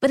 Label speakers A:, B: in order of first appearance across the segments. A: But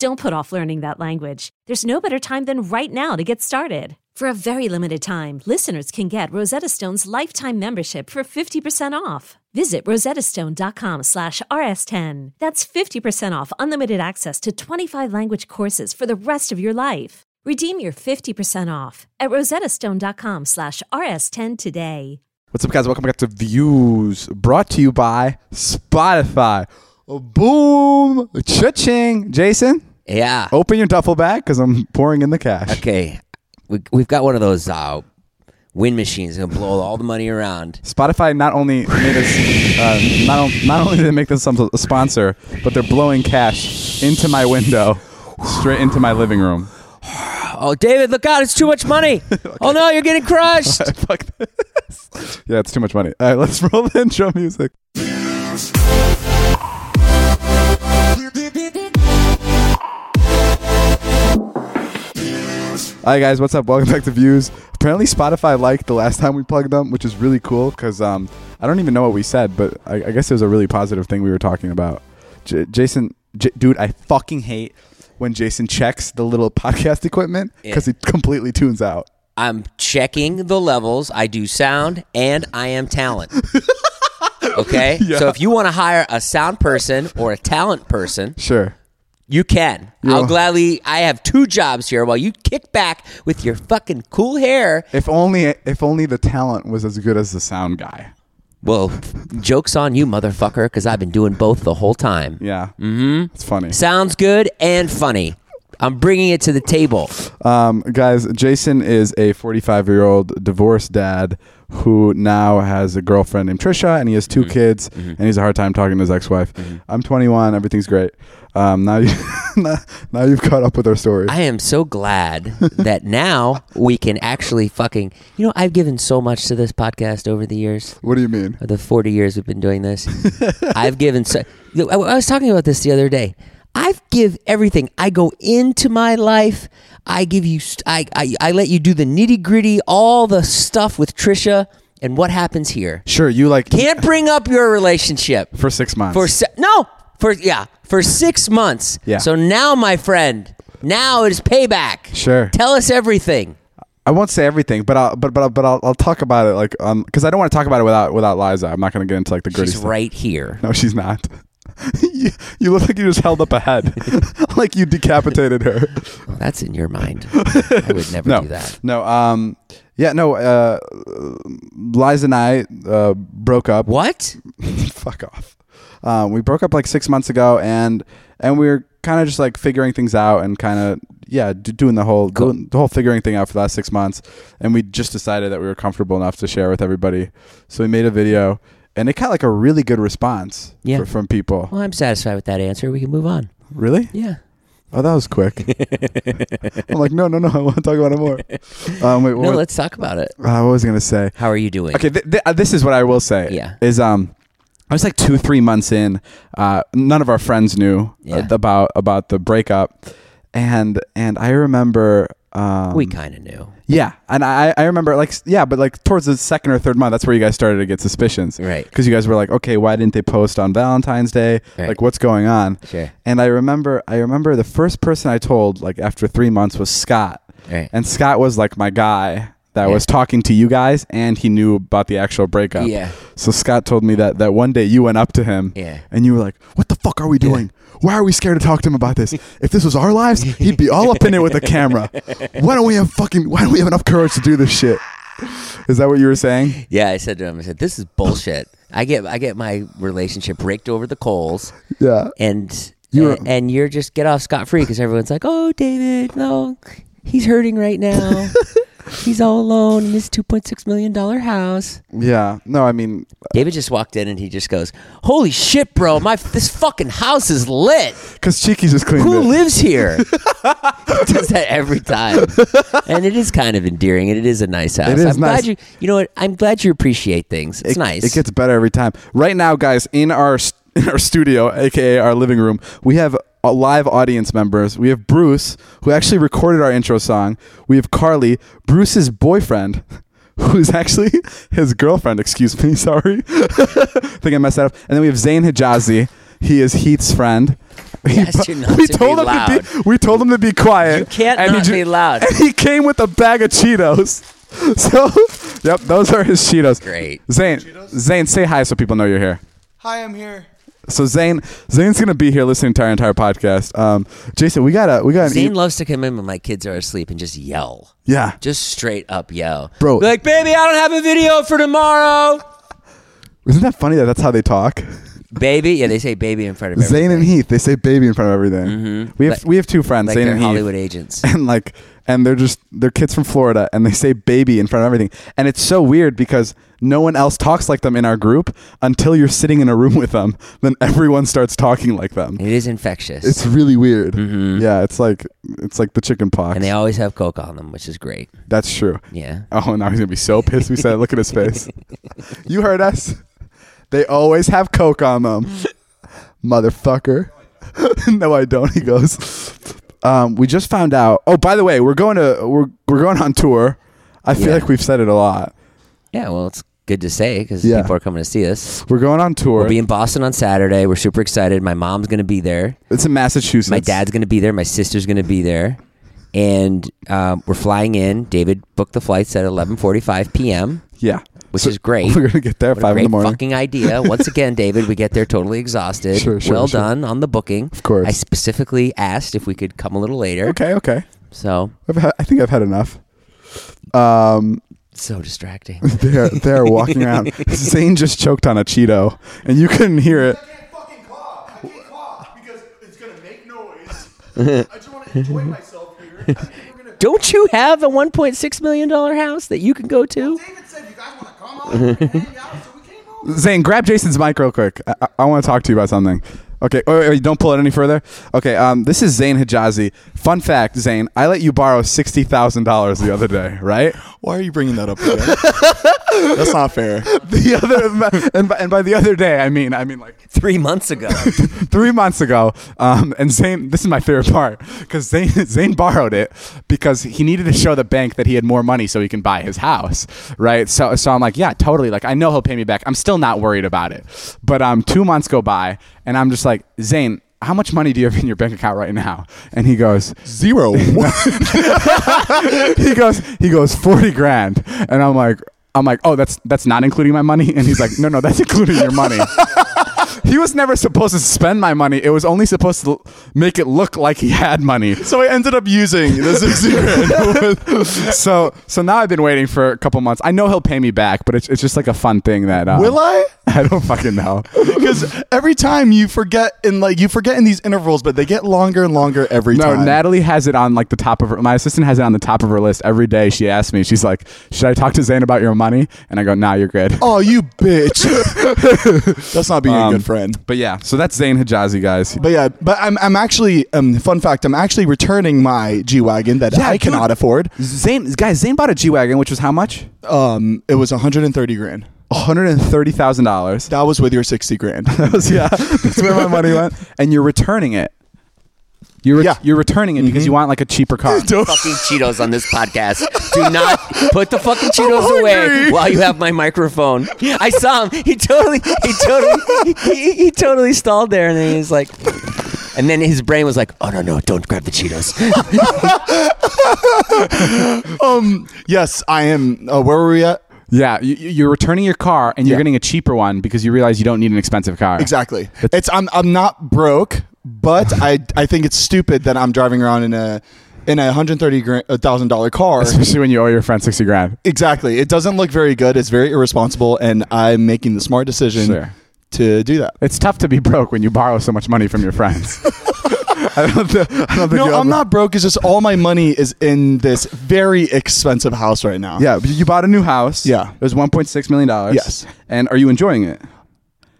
A: Don't put off learning that language. There's no better time than right now to get started. For a very limited time, listeners can get Rosetta Stone's lifetime membership for 50% off. Visit rosettastone.com slash rs10. That's 50% off unlimited access to 25 language courses for the rest of your life. Redeem your 50% off at rosettastone.com slash rs10 today.
B: What's up, guys? Welcome back to Views, brought to you by Spotify. Boom! Cha-ching! Jason,
C: Yeah.
B: open your duffel bag because I'm pouring in the cash.
C: Okay. We, we've got one of those uh, wind machines that'll blow all the money around.
B: Spotify not only made us, uh, not, on- not only did they make this some a sponsor, but they're blowing cash into my window, straight into my living room.
C: Oh, David, look out. It's too much money. Oh, no, you're getting crushed.
B: Fuck this. Yeah, it's too much money. All right, let's roll the intro music. All right, guys, what's up? Welcome back to Views. Apparently, Spotify liked the last time we plugged them, which is really cool because um, I don't even know what we said, but I, I guess it was a really positive thing we were talking about. J- Jason, J- dude, I fucking hate when Jason checks the little podcast equipment because he completely tunes out.
C: I'm checking the levels. I do sound and I am talent. Okay? So if you want to hire a sound person or a talent person,
B: Sure.
C: you can.
B: Yeah.
C: I'll gladly, I have two jobs here while you kick back with your fucking cool hair.
B: If only if only the talent was as good as the sound guy.
C: Well, joke's on you, motherfucker, because I've been doing both the whole time.
B: Yeah. Mm-hmm. It's funny.
C: Sounds good and funny. I'm bringing it to the table.
B: Um, guys, Jason is a 45 year old divorced dad who now has a girlfriend named Trisha, and he has 2 kids, and he's a hard time talking to his ex wife. I'm 21. Everything's great. Um, now you now, now you've caught up with our story.
C: I am so glad that now we can actually fucking. You know, I've given so much to this podcast over the years,
B: what do you mean?
C: or the 40 years we've been doing this. I've given so. I I was talking about this the other day. I give everything. I go into my life. I give you. st- I I, I let you do the nitty gritty, all the stuff with Trisha, and what happens here.
B: Sure, you like
C: Can't bring up your relationship.
B: for six months.
C: For se- no, for yeah, for six months.
B: Yeah.
C: So now, my friend, now it is payback.
B: Sure.
C: Tell us everything.
B: I won't say everything, but I'll but but I'll, but I'll, I'll talk about it like um because I don't want to talk about it without without Liza. I'm not going to get into like the gritty
C: She's
B: stuff.
C: right here.
B: No, she's not. you, you look like you just held up a head, like you decapitated her.
C: That's in your mind. I would never
B: No,
C: do that.
B: no. Um, yeah, no. Uh, Liza and I uh, broke up.
C: What?
B: Fuck off. Um, we broke up like six months ago, and and we were kind of just like figuring things out and kind of yeah, d- doing the whole doing the whole figuring thing out for the last six months, and we just decided that we were comfortable enough to share with everybody, so we made a video, and it got like a really good response
C: Yeah.
B: fr- from people.
C: Well, I'm satisfied with that answer. We can move on.
B: Really?
C: Yeah.
B: Oh, that was quick. I'm like, no, no, no. I want to talk about it more. Um, wait,
C: No,
B: what,
C: let's talk about it.
B: uh, what was I gonna say?
C: How are you doing?
B: Okay, th- th- uh, this is what I will say.
C: Yeah.
B: is um, I was like two, three months in. Uh, none of our friends knew
C: Yeah.
B: uh, about about the breakup, and and I remember. Um,
C: We kind of knew.
B: yeah, and I, I remember like s- yeah, but like towards the second or third month, that's where you guys started to get suspicions,
C: Right.
B: Because you guys were like, okay, why didn't they post on Valentine's Day?
C: Right.
B: Like, what's going on?
C: Sure.
B: And I remember, I remember the first person I told like after three months was Scott,
C: Right.
B: and Scott was like my guy that was talking to you guys, and he knew about the actual breakup.
C: Yeah.
B: So Scott told me that that one day you went up to him,
C: Yeah.
B: and you were like, "What the fuck are we doing? Why are we scared to talk to him about this? If this was our lives, he'd be all up in it with a camera. Why don't we have fucking? Why don't we have enough courage to do this shit?" Is that what you were saying?
C: Yeah, I said to him, I said, "This is bullshit. I get, I get my relationship raked over the coals,
B: Yeah.
C: and
B: You're-
C: and, and you're just get off scot free because everyone's like, oh, David, no, he's hurting right now. He's all alone in his two point six million dollar house.
B: Yeah. No, I mean,
C: David just walked in and he just goes, "Holy shit, bro! My this fucking house is lit.
B: because Cheeky's just cleaned
C: Who
B: it.
C: lives here?" he does that every time, and it is kind of endearing, and it is a nice house.
B: is
C: I'm
B: nice.
C: glad you. You know what? I'm glad you appreciate things. It's
B: it,
C: nice.
B: It gets better every time. Right now, guys, in our st- in our studio, aka our living room, we have uh, live audience members. We have Bruce, who actually recorded our intro song. We have Carly, Bruce's boyfriend. Who's actually his girlfriend? Excuse me, sorry. think I messed that up. And then we have Zayn Hijazi. He is Heath's friend. He
C: asked
B: bu-
C: you not to be
B: him
C: loud.
B: to be. We told him to be quiet.
C: You can't
B: and he
C: not
B: ju-
C: be loud.
B: And he came with a bag of Cheetos. So, yep, those are his Cheetos.
C: Great.
B: Zane, Zane, say hi so people know you're here.
D: Hi, I'm here.
B: So Zane, Zane's gonna be here listening to our entire podcast. Um, Jason, we got to we got
C: Zane loves to come in when my kids are asleep and just yell.
B: yeah.
C: Just straight up yell.
B: Bro.
C: Be like, baby, I don't have a video for tomorrow.
B: Isn't that funny that that's how they talk?
C: Baby? Yeah, they say baby in front of everything.
B: Zane and Heath, they say baby in front of everything. We have
C: Mm-hmm. Like-
B: we have two friends,
C: Like
B: Zane
C: they're
B: and Heath,
C: Hollywood agents.
B: and like and they're just they're kids from Florida, and they say baby in front of everything, and it's so weird because no one else talks like them in our group until you're sitting in a room with them. Then everyone starts talking like them.
C: It is infectious.
B: It's really weird. Yeah, it's like it's like the chicken pox.
C: Mm-hmm. and they always have Coke on them, which is great.
B: That's true.
C: Yeah.
B: Oh, now he's gonna be so pissed. We said, it. look at his face. you heard us. They always have coke on them, motherfucker. no, I don't. He goes. Um, we just found out. Oh, by the way, we're going to we're we're going on tour. I feel
C: Yeah.
B: like we've said it a lot.
C: Yeah, well, it's good to say because
B: Yeah.
C: people are coming to see us.
B: We're going on tour.
C: We'll be in Boston on Saturday. We're super excited. My mom's going to be there.
B: it's in Massachusetts.
C: My dad's going to be there. My sister's going to be there. And um, we're flying in. David booked the flights at 11.45 p.m.,
B: Yeah,
C: which is great.
B: We're gonna get there at
C: What a
B: five
C: great
B: in the morning.
C: fucking idea. Once again, David, we get there totally exhausted.
B: Sure, sure,
C: well
B: sure.
C: done on the booking. Of
B: course.
C: I specifically asked if we could come a little later.
B: okay, okay.
C: So,
B: I've had, I think I've had enough. Um,
C: so distracting.
B: they're they're walking around. Zane just choked on a Cheeto, and you couldn't hear it.
D: I can't fucking cough. I can't cough because it's gonna make noise. I just want to enjoy myself here. I think we're gonna.
C: Don't you have a $1.6 million house that you can go to?
D: David said you guys want to come on and hang out, so we came over.
B: Zane, grab Jason's mic real quick. I, I, want to talk to you about something. Okay, wait, wait, wait, don't pull it any further. Okay, um, this is Zane Hijazi. Fun fact, Zane, I let you borrow sixty thousand dollars the other day, right?
E: Why are you bringing that up? Again? That's not fair.
B: The other, and by, and by the other day, I mean, I mean like
C: Three months ago.
B: three months ago. Um, and Zane, this is my favorite part because Zane, Zane borrowed it because he needed to show the bank that he had more money so he can buy his house, right? So, so I'm like, yeah, totally. Like, I know he'll pay me back. I'm still not worried about it. But um, two months go by, and I'm just like, Zane, how much money do you have in your bank account right now? And he goes,
E: Zero.
B: he goes he goes 40 grand and i'm like i'm like oh that's that's not including my money and he's like no no that's including your money he was never supposed to spend my money it was only supposed to l- make it look like he had money
E: so I ended up using the sixty grand.
B: so so now i've been waiting for a couple months i know he'll pay me back but it's, it's just like a fun thing that um,
E: Will I?
B: i don't fucking know
E: Because every time you forget, and like you forget in these intervals, but they get longer and longer every
B: no
E: time.
B: natalie has it on like the top of her my assistant has it on the top of her list every day she asks me she's like should i talk to zane about your money and i go nah you're good
E: Oh, you bitch. That's not being a good friend.
B: but yeah so that's zane hijazi guys
E: But yeah, but I'm, I'm actually um fun fact I'm actually returning my G wagon that I
B: dude.
E: cannot afford.
B: Zane, guys, Zane bought a G wagon, which was how much?
E: Um, it was 130 grand.
B: One hundred and thirty thousand dollars.
E: That was with your 60 grand.
B: yeah, that's where my money went. And you're returning it. You're ret-
E: Yeah.
B: you're returning it because you want like a cheaper car.
C: fucking Cheetos on this podcast. Do not put the fucking Cheetos away
E: hungry.
C: while you have my microphone. I saw him. He totally, he totally, he, he totally stalled there, and then he was like, and then his brain was like, oh no no, don't grab the Cheetos.
E: Um, yes, I am. Uh, where were we at?
B: yeah, you, you- you're returning your car and you're
E: Yeah.
B: getting a cheaper one because you realize you don't need an expensive car.
E: Exactly. It's I'm I'm not broke, but I I think it's stupid that I'm driving around in a in a hundred thirty thousand dollar car.
B: Especially when you owe your friend sixty grand.
E: exactly. It doesn't look very good. It's very irresponsible, and I'm making the smart decision
B: Sure.
E: to do that.
B: It's tough to be broke when you borrow so much money from your friends. I don't, th- I don't think
E: No,
B: you'll
E: I'm
B: ever-
E: not broke. It's just all my money is in this very expensive house right now.
B: Yeah, but you bought a new house.
E: Yeah.
B: it was 1.6 million dollars.
E: Yes.
B: and are you enjoying it?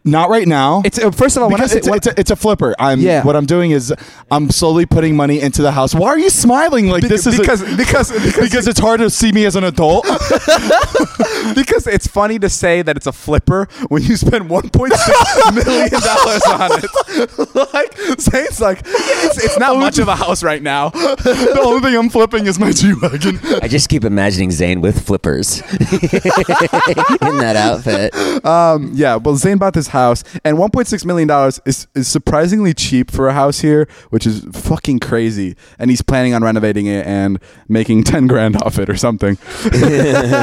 E: Not right now.
B: It's uh, first of all, when I
E: because
B: say,
E: it's, it's, a, it's a flipper. I'm
B: Yeah.
E: what I'm doing is I'm slowly putting money into the house. Why are you smiling like
B: Bec-
E: this is a-
B: because- because- because-
E: because it's hard to see me as an adult?
B: because it's funny to say that it's a flipper when you spend 1.6 million dollars on it. like Zane's like, it's, it's not much of a house right now.
E: the only thing I'm flipping is my G wagon.
C: I just keep imagining Zane with flippers in that outfit.
B: Um, yeah, well, Zane bought this house, and 1.6 million dollars is, is surprisingly cheap for a house here, which is fucking crazy. And he's planning on renovating it and making 10 grand off it or something.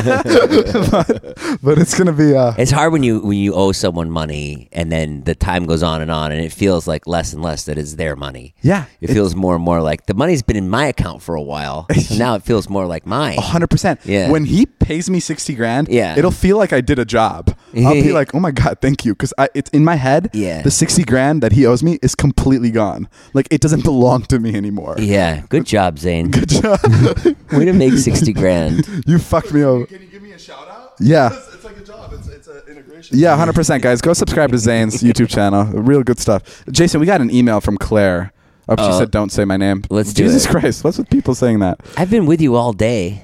B: but, but it's gonna be uh,
C: It's hard when you when you owe someone money and then the time goes on and on and it feels like less and less that it's their money.
B: Yeah,
C: It
B: it-
C: feels more and more like the money's been in my account for a while. so now it feels more like mine.
B: hundred percent.
C: Yeah.
B: When he pays me sixty grand,
C: Yeah.
B: it'll feel like I did a job. I'll be like, oh my god, thank you, because it's in my head.
C: Yeah.
B: The sixty grand that he owes me is completely gone. Like it doesn't belong to me anymore.
C: Yeah. Good job, Zane. Good job. Way to make sixty grand.
B: You fucked me over.
D: Can you give me a shout out?
B: Yeah.
D: It's, it's like a job. It's it's an integration.
B: Yeah, hundred percent, guys. Go subscribe to Zane's YouTube channel. Real good stuff. Jason, we got an email from Claire. Oh, she
C: Oh.
B: said, "Don't say my name."
C: Let's do
B: Jesus
C: it.
B: Christ, what's with people saying that?
C: I've been with you all day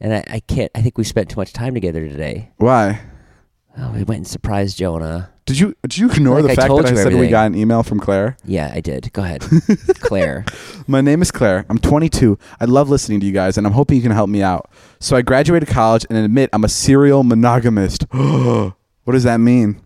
C: and I, I can't I think we spent too much time together today.
B: Why?
C: Oh, we went and surprised Jonah.
B: Did you did you ignore
C: Like
B: the
C: I
B: fact
C: told
B: that I
C: you
B: said we
C: everything.
B: got an email from Claire?
C: Yeah, I did. Go ahead. Claire.
B: My name is Claire. I'm 22. I love listening to you guys, and I'm hoping you can help me out. So I graduated college and admit I'm a serial monogamist. what does that mean?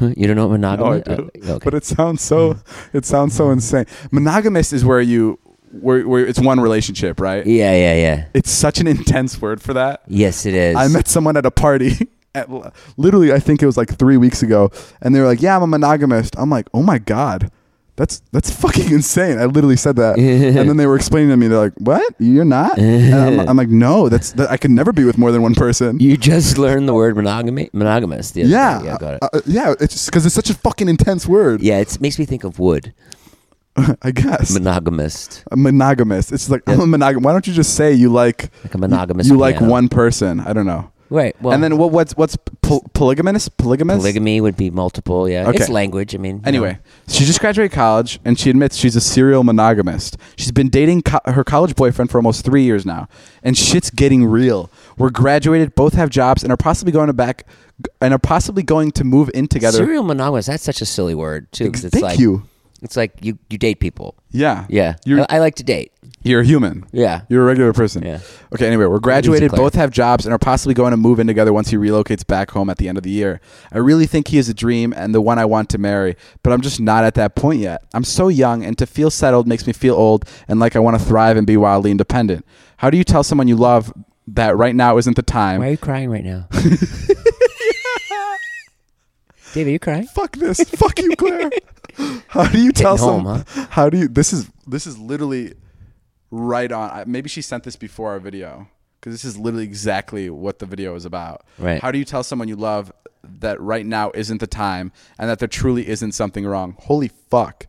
C: You don't know what monogamy?
B: No, I do.
C: uh, okay. Mm.
B: But it sounds so it sounds so insane. Monogamist is where you where, where it's one relationship, right?
C: Yeah, yeah, yeah.
B: It's such an intense word for that.
C: Yes, it is.
B: I met someone at a party. At, l- literally, I think it was like three weeks ago, and they were like, "Yeah, I'm a monogamist." I'm like, "Oh my god, that's that's fucking insane." I literally said that, and then they were explaining to me, they're like, "What? You're not?" And I'm, I'm like, "No, that's that, I could never be with more than one person."
C: You just learned the word monogamy, monogamous. The other
B: yeah,
C: day.
B: uh,
C: yeah, got it.
B: uh, yeah, it's because it's such a fucking intense word.
C: yeah, it makes me think of wood.
B: I guess
C: Monogamist,
B: A monogamous. It's like I'm a monogam. Why don't you just say you like
C: like a monogamous.
B: you like
C: piano.
B: one person? I don't know.
C: right? Well,
B: and then what? What's what's pol- polygamous? Polygamous.
C: polygamy would be multiple. Yeah,
B: Okay.
C: it's language. I mean, you
B: Anyway,
C: know.
B: she just graduated college and she admits she's a serial monogamist. She's been dating co- her college boyfriend for almost three years now, and shit's getting real. We're graduated, both have jobs, and are possibly going to back, and are possibly going to move in together.
C: serial monogamous. That's such a silly word too. 'cause
B: Ex-
C: it's
B: thank
C: like,
B: you.
C: It's like you you date people.
B: Yeah,
C: Yeah,
B: You're Mm.
C: I, I like to date.
B: you're a human.
C: Yeah.
B: you're a regular person.
C: Yeah.
B: Okay. Anyway, we're graduated,
C: Claire.
B: both have jobs, and are possibly going to move in together once he relocates back home at the end of the year. I really think he is a dream and the one I want to marry, but I'm just not at that point yet. I'm so young, and to feel settled makes me feel old and like I want to thrive and be wildly independent. How do you tell someone you love that right now isn't the time?
C: Why are you crying right now? Dave, are you crying?
B: Fuck this. Fuck you, Claire. How do you tell
C: home,
B: someone? How do you? This is this is literally right on. I, maybe she sent this before our video because this is literally exactly what the video is about.
C: Right.
B: How do you tell someone you love that right now isn't the time and that there truly isn't something wrong? Holy fuck.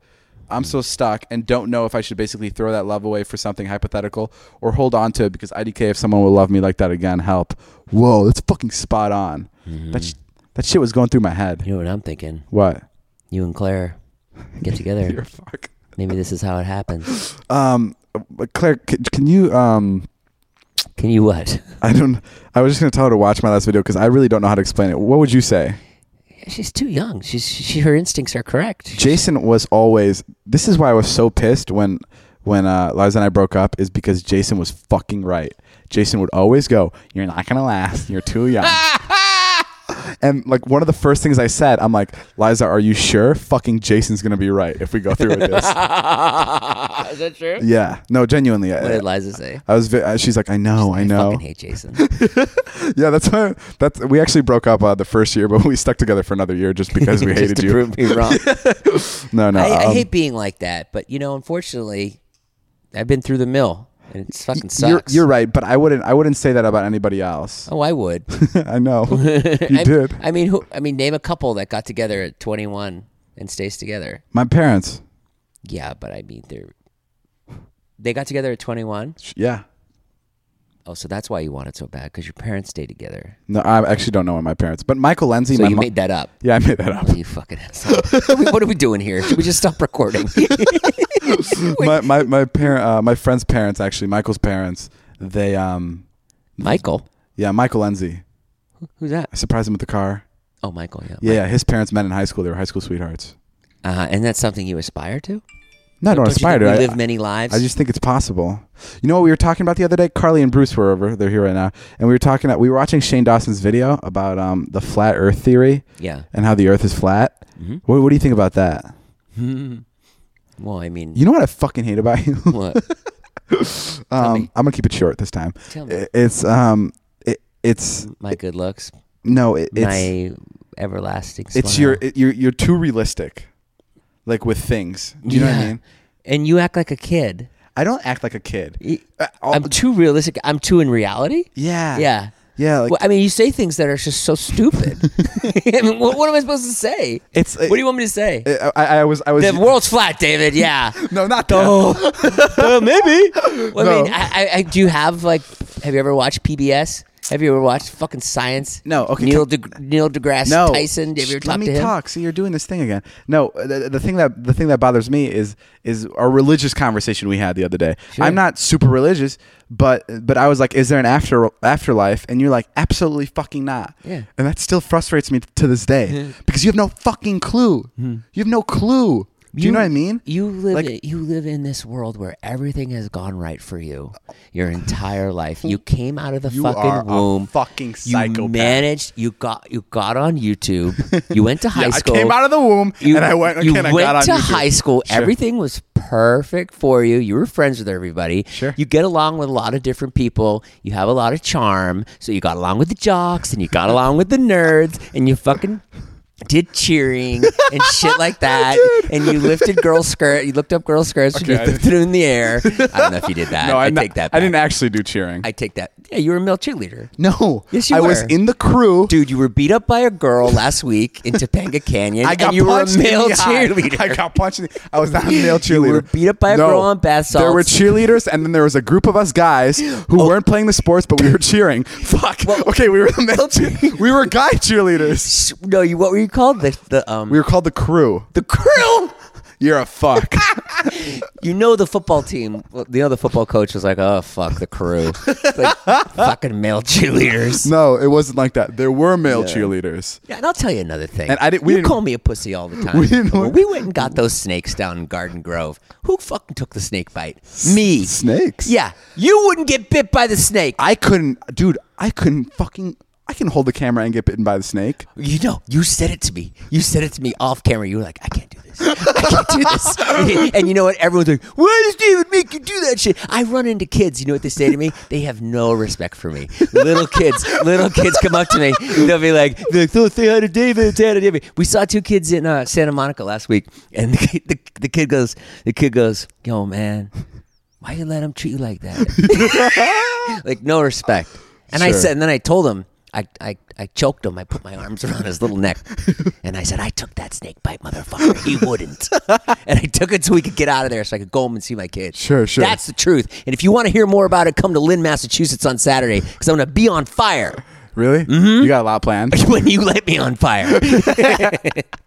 B: I'm so stuck and don't know if I should basically throw that love away for something hypothetical or hold on to it because IDK if someone will love me like that again, help. Whoa, that's fucking spot on.
C: Mm-hmm.
B: That sh- that shit was going through my head.
C: You know what I'm thinking.
B: What?
C: You and Claire get
B: You're
C: together.
B: a fuck.
C: Maybe this is how it happens.
B: Um, but Claire, can, can you? Um,
C: Can you what?
B: I don't. I was just gonna tell her to watch my last video because I really don't know how to explain it. What would you say?
C: She's too young. She's she. Her instincts are correct.
B: Jason was always. This is why I was so pissed when when uh, Liza and I broke up is because Jason was fucking right. Jason would always go, "You're not gonna last. You're too young." And like one of the first things I said, I'm like, Liza, are you sure? Fucking Jason's gonna be right if we go through with this.
C: Is that true?
B: yeah, no, genuinely.
C: What did
B: I,
C: Liza say?
B: I was. ve- She's like, I know, I know.
C: fucking hate Jason.
B: Yeah, that's why that's we actually broke up uh, the first year, but we stuck together for another year just because we hated
C: Just to
B: you.
C: prove me wrong.
B: No, no,
C: I, I
B: um,
C: hate being like that, but you know, unfortunately, I've been through the mill, and it's fucking sucks.
B: You're, you're right, but I wouldn't. I wouldn't say that about anybody else.
C: Oh, I would.
B: I know you
C: I,
B: did.
C: I mean, who? I mean, name a couple that got together at 21 and stays together.
B: My parents.
C: Yeah, but I mean, they're they got together at 21.
B: Sh- Yeah.
C: Oh, so that's why you want it so bad because your parents stay together.
B: No, I actually don't know my parents, but Michael Lindsay.
C: So
B: my
C: you
B: mo-
C: made that up.
B: Yeah, I made that up.
C: You fucking asshole. what are we doing here? Should we just stop recording?
B: my my my parent, uh, my friend's parents actually, Michael's parents. They um,
C: Michael.
B: yeah, Michael Lindsay.
C: Who's that?
B: I surprised him with the car.
C: Oh, Michael. Yeah.
B: Yeah, yeah, his parents met in high school. They were high school sweethearts.
C: Uh, and that's something you aspire to?
B: No, I don't,
C: Don't you
B: aspire
C: think
B: to.
C: We
B: I-
C: live many lives.
B: I just think it's possible. You know what we were talking about the other day? Carly and Bruce were over. They're here right now, and we were talking. We were watching Shane Dawson's video about um, the flat Earth theory
C: yeah.
B: and how the Earth is flat.
C: Mm-hmm.
B: What, what do you think about that?
C: Well, I mean,
B: You know what I fucking hate about you?
C: what?
B: Um,
C: me.
B: I'm gonna keep it short this time.
C: Tell me.
B: I- It's um, it, it's
C: my good looks,
B: no, it, it's
C: my everlasting.
B: it's
C: smile.
B: your it, you're you're too realistic, like with things. Do you know what I
C: Yeah.
B: mean?
C: And you act like a kid.
B: I don't act like a kid.
C: Y-
B: Uh, all-
C: I'm too realistic. I'm too in reality.
B: yeah,
C: Yeah.
B: yeah. Like
C: well, I mean, you say things that are just so stupid. I mean, what, what am I supposed to say?
B: It's-
C: what do you want me to say?
B: I, I, I was I was
C: the world's flat, David. Yeah.
B: no not that.
C: Oh, well, maybe. Well, I
B: No.
C: mean, I, I, I do you have like. Have you ever watched PBS? Have you ever watched fucking science?
B: No, okay,
C: Neil De, Neil deGrasse Tyson. Have you ever
B: Shh,
C: talked
B: Let me
C: to him?
B: talk. See, you're doing this thing again. No, the, the thing that the thing that bothers me is is our religious conversation we had the other day. I'm not super religious, but but I was like, is there an after afterlife? And you're like, absolutely fucking not.
C: Yeah.
B: And that still frustrates me to this day because you have no fucking clue. You have no clue. Do you, know what I mean?
C: Hmm. You live
B: Like-
C: you live in this world where everything has gone right for you your entire life. You came out of the
B: You
C: fucking
B: are a
C: womb.
B: fucking
C: You
B: psychopath.
C: managed you got you got on YouTube. You went to high
B: Yeah, I
C: school.
B: came out of the womb
C: you,
B: and I went. Okay,
C: you
B: and I
C: went
B: got on
C: to
B: YouTube.
C: high school.
B: Sure.
C: Everything was perfect for you. You were friends with everybody.
B: Sure.
C: You get along with a lot of different people. You have a lot of charm. So you got along with the jocks and you got along with the nerds and you fucking did cheering and shit like that. And you lifted girl skirt. You looked up girl skirts and you
B: Okay, I
C: lifted them in the air. I don't know if you did that.
B: No,
C: I
B: I'm not-
C: take that.
B: I
C: Back.
B: didn't actually do cheering.
C: I take that. Yeah, you were a male cheerleader.
B: no.
C: Yes, you
B: I was
C: were.
B: in the crew.
C: Dude, you were beat up by a girl last week in Topanga Canyon.
B: I got
C: and you were a
B: punched in
C: male
B: the eye.
C: cheerleader.
B: I got punched. In the, I was not a male cheerleader.
C: were beat up by a
B: No.
C: girl on bath
B: There were
C: salts.
B: cheerleaders, and then there was a group of us guys who
C: Oh.
B: weren't playing the sports, but we were cheering. Fuck. okay, we were the male. Cheer- we were guy cheerleaders.
C: S- No, you. What were you called? The the um
B: We were called the crew.
C: the crew.
B: You're a fuck.
C: You know the football team. well, You know the football coach was like, "Oh fuck the crew, It's like, fucking male cheerleaders."
B: no, it wasn't like that. There were male cheerleaders.
C: Yeah, and I'll tell you another thing.
B: And I didn't- we
C: you
B: didn't-
C: call me a pussy all the time.
B: We didn't-
C: But when we went and got those snakes down in Garden Grove. Who fucking took the snake bite? Me.
B: Snakes.
C: Yeah, you wouldn't get bit by the snake.
B: I couldn't, dude. I couldn't fucking. I can hold the camera and get bitten by the snake.
C: You know, you said it to me. You said it to me off camera. You were like, I can't do this. I can't do this. and you know what? Everyone's like, why does David make you do that shit? I run into kids. You know what they say to me? They have no respect for me. Little kids, little kids come up to me. They'll be like, they're like, "Oh, say hi to David, say hi to David. We saw two kids in uh, Santa Monica last week. And the, kid- the, the kid goes, the kid goes, yo, man, why you let him treat you like that? like no respect. And I
B: Sure.
C: said, and then I told him, I, I, I choked him. I put my arms around his little neck, and I said, I took that snake bite, motherfucker. He wouldn't. and I took it so we could get out of there, so I could go home and see my kids.
B: Sure, sure.
C: That's the truth. And if you want to hear more about it, come to Lynn, Massachusetts on Saturday, because I'm gonna be on fire
B: Really? Mm-hmm. You got a lot planned.
C: when you let me on fire.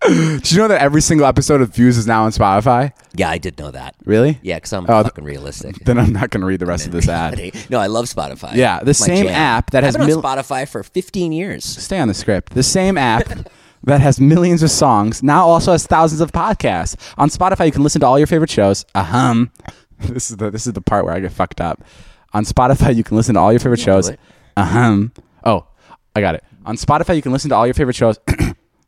B: Did you know that every single episode of Views is now on Spotify?
C: yeah, I did know that.
B: Really?
C: Yeah, because I'm
B: Oh, th-
C: fucking realistic.
B: Then I'm not going to read the rest of this ad.
C: no, I love Spotify.
B: Yeah, the
C: It's my
B: same app that has
C: I've been
B: mil-
C: on Spotify for 15 years.
B: stay on the script. The same app that has millions of songs now also has thousands of podcasts. On Spotify, you can listen to all your favorite shows. Ahem. This is the this is the part where I get fucked up. On Spotify, you can listen to all your favorite shows.
C: it.
B: Ahem. Oh, I got it. On Spotify, you can listen to all your favorite shows.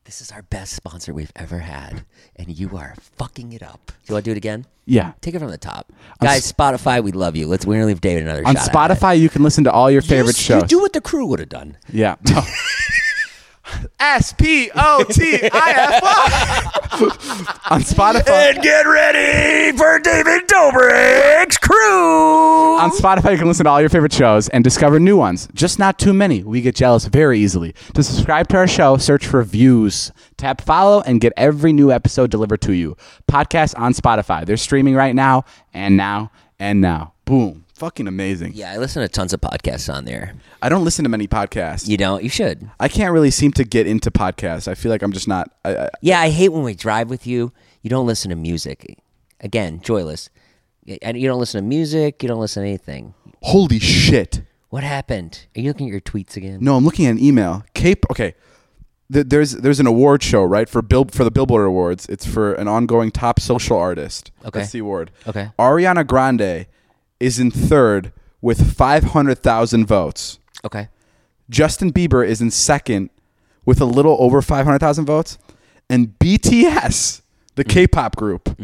C: This is our best sponsor we've ever had, and you are fucking it up. You want to do it again?
B: yeah.
C: Take it from the top, guys. Spotify, we love you. Let's we're gonna leave David another
B: On
C: shot. at it.
B: Spotify, you can listen to all your favorite
C: Just-
B: shows.
C: You do what the crew would have done.
B: yeah. S P O T I F Y. on Spotify.
C: get ready for David Dobrik's crew.
B: On Spotify, you can listen to all your favorite shows and discover new ones. Just not too many. We get jealous very easily. To subscribe to our show, search for Views, tap follow, and get every new episode delivered to you. Podcasts on Spotify. They're streaming right now, and now, and now. Boom. Fucking amazing.
C: Yeah, I listen to tons of podcasts on there.
B: I don't listen to many podcasts.
C: You don't? You should.
B: I can't really seem to get into podcasts. I feel like I'm just not. I, I,
C: Yeah, I hate when we drive with you. You don't listen to music. Again, joyless. And you don't listen to music. You don't listen to anything.
B: holy shit.
C: What happened? Are you looking at your tweets again?
B: No, I'm looking at an email. Cape. Okay, Th- there's there's an award show right for Bill for the Billboard Awards. It's for an ongoing top social artist.
C: Okay.
B: That's the award.
C: Okay.
B: Ariana Grande is in third with five hundred thousand votes.
C: Okay.
B: Justin Bieber is in second with a little over five hundred thousand votes, and BTS, the
C: Mm-hmm.
B: K-pop group,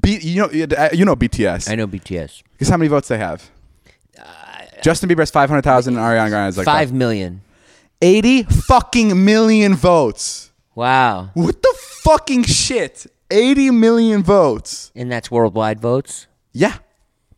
B: B, you know you know BTS.
C: I know BTS.
B: Guess how many votes they have? Justin Bieber has five hundred thousand, and Ariana Grande is like
C: Five million.
B: 80 fucking million votes.
C: Wow.
B: What the fucking shit? 80 million votes.
C: And that's worldwide votes?
B: Yeah.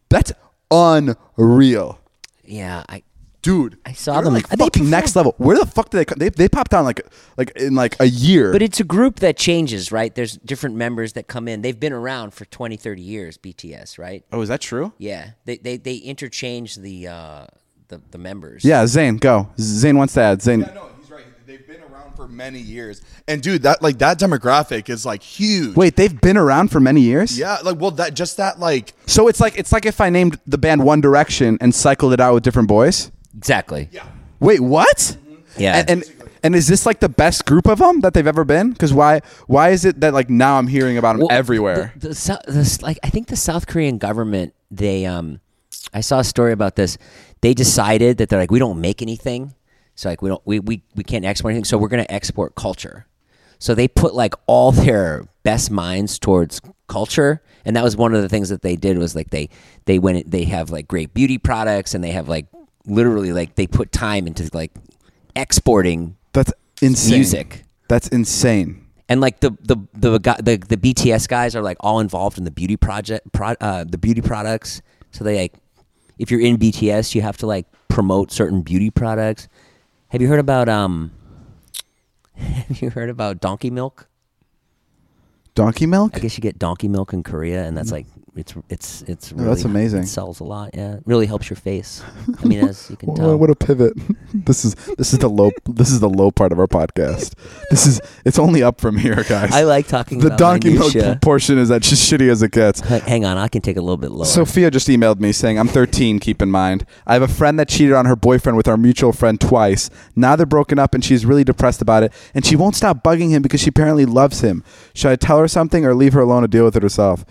B: That's unreal.
C: Yeah. I.
B: Dude,
C: I saw
B: they're
C: them.
B: Like
C: They
B: fucking
C: perform-
B: next level. Where the fuck did they come? They, they popped on like like in like a year.
C: But it's a group that changes, right? There's different members that come in. They've been around for 20, 30 years, BTS, right?
B: oh, is that true?
C: Yeah. They they, they interchange the uh the, the members.
B: Yeah, Zayn, go. Zayn wants to add. Zayn,
E: Yeah, no, he's right. They've been around for many years, and dude, that like that demographic is like huge.
B: wait, they've been around for many years.
E: yeah, like well, that just that like
B: So it's like it's like if I named the band One Direction and cycled it out with different boys.
C: Exactly.
E: yeah.
B: Wait, what?
C: Yeah.
B: And, and and is this like the best group of them that they've ever been? Because why why is it that like now I'm hearing about them
C: Well,
B: everywhere?
C: The, the, Sou- the s- like I think the South Korean government they um I saw a story about this. They decided that they're like we don't make anything. So like we don't we we, we can't export anything. So we're going to export culture. So they put like all their best minds towards culture and that was one of the things that they did was like they they went they have like great beauty products and they have like literally like they put time into like exporting
B: That's insane.
C: music.
B: That's insane.
C: and like the the the guy- the, the BTS guys are like all involved in the beauty project, pro, uh, the beauty products. So they like, if you're in BTS, you have to like promote certain beauty products. Have you heard about um? Have you heard about donkey milk?
B: Donkey
C: I
B: milk? Mm.
C: guess you get donkey milk in Korea, and that's like it's it's it's really,
B: Oh, that's amazing.
C: It sells a lot. Yeah, It really helps your face. I mean, as you can tell.
B: a pivot. this is this is the low this is the low part of our podcast. This is it's only up from here, guys.
C: I like talking
B: the
C: about
B: donkey milk
C: minutia.
B: portion is as shitty as it gets.
C: H- Hang on, I can take a little bit lower.
B: Sophia just emailed me saying, I'm 13, keep in mind. I have a friend that cheated on her boyfriend with our mutual friend twice. Now they're broken up and she's really depressed about it. And she won't stop bugging him because she apparently loves him. Should I tell her something or leave her alone to deal with it herself?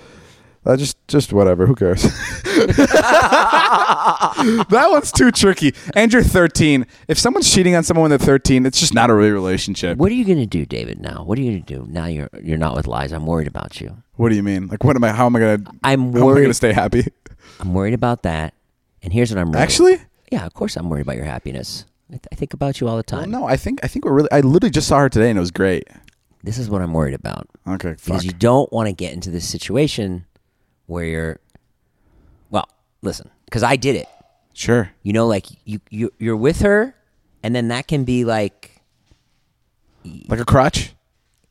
B: Uh, just, just whatever. Who cares? that one's too tricky. And you're 13. If someone's cheating on someone when they're 13, it's just not a real relationship.
C: What are you gonna do, David? Now, what are you gonna do? Now you're you're not with Liza. I'm worried about you.
B: What do you mean? Like, what am I? How am I gonna?
C: I'm
B: How am I
C: worried-
B: gonna stay happy?
C: I'm worried about that. And here's what I'm worried.
B: Actually,
C: yeah, of course I'm worried about your happiness. I, th- I think about you all the time.
B: no. I think I think we're really. I literally just saw her today, and it was great.
C: This is what I'm worried about
B: Okay, fuck.
C: because you don't want to get into this situation where you're. Well, listen, because I did it.
B: sure.
C: You know, like you you you're with her, and then that can be like
B: Like a crotch?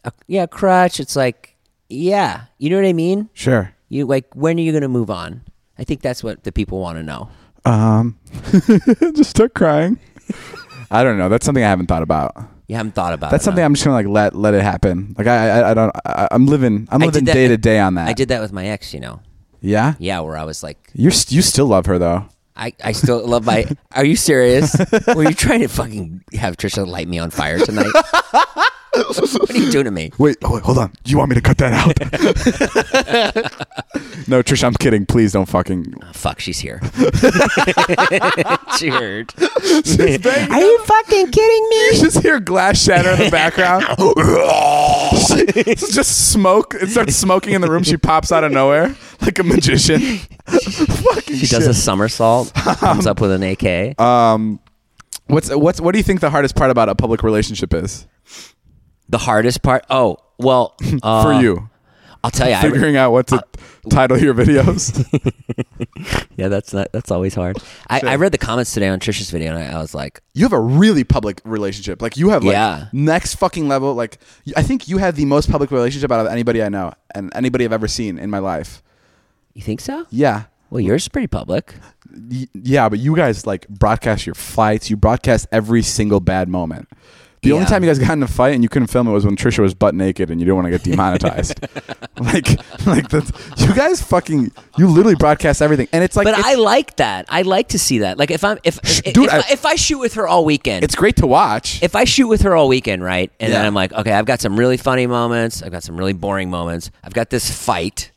C: a, yeah, a crutch. It's like yeah, you know what I mean.
B: Sure.
C: You like when are you gonna move on? I think that's what the people want to know.
B: Um just start crying. I don't know. That's something I haven't thought about.
C: You haven't thought about
B: That's
C: it, huh?
B: something I'm just gonna like let let it happen. Like I I, I don't I, I'm living I'm
C: I
B: living
C: did that-
B: day to day on that.
C: I did that with my ex, you know.
B: Yeah.
C: Yeah, where I was like,
B: You're st- you still love her though.
C: I, I still love my. Are you serious? Were you trying to fucking have Trisha light me on fire tonight? what are you doing to me?
B: Wait, oh, wait, hold on. You want me to cut that out? no, Trish, I'm kidding. Please don't fucking.
C: Oh, fuck, she's here. she heard. Are you fucking kidding me?
B: You just hear glass shatter in the background. it's just smoke. It starts smoking in the room. She pops out of nowhere like a magician. fucking
C: She does a somersault, comes up with an AK.
E: Uh,
B: What's what's what do you think the hardest part about a public relationship is?
C: the hardest part. Oh, well, uh,
E: for you
C: I'll tell you. I, re-
E: figuring out what to title your videos.
C: yeah, that's not, that's always hard. I, I read the comments today on Trisha's video, and I, I was like,
E: you have a really public relationship. Like you have like
C: Yeah.
E: next fucking level. Like y- I think you have the most public relationship out of anybody I know and anybody I've ever seen in my life.
C: "You think so?"
E: Yeah.
C: Well, yours is pretty public.
E: Y- yeah, but you guys like broadcast your fights. You broadcast every single bad moment. The only
C: Yeah.
E: time you guys got in a fight and you couldn't film it was when Trisha was butt naked and you didn't want to get demonetized. like, like that's, you guys fucking, you literally broadcast everything, and it's like,
C: But
E: it's,
C: I like that. I like to see that. Like if I'm if if,
E: dude,
C: if,
E: I-
C: I, if I shoot with her all weekend,
E: it's great to watch.
C: if I shoot with her all weekend, right? And then
E: Yeah.
C: I'm like, okay, I've got some really funny moments. I've got some really boring moments. I've got this fight.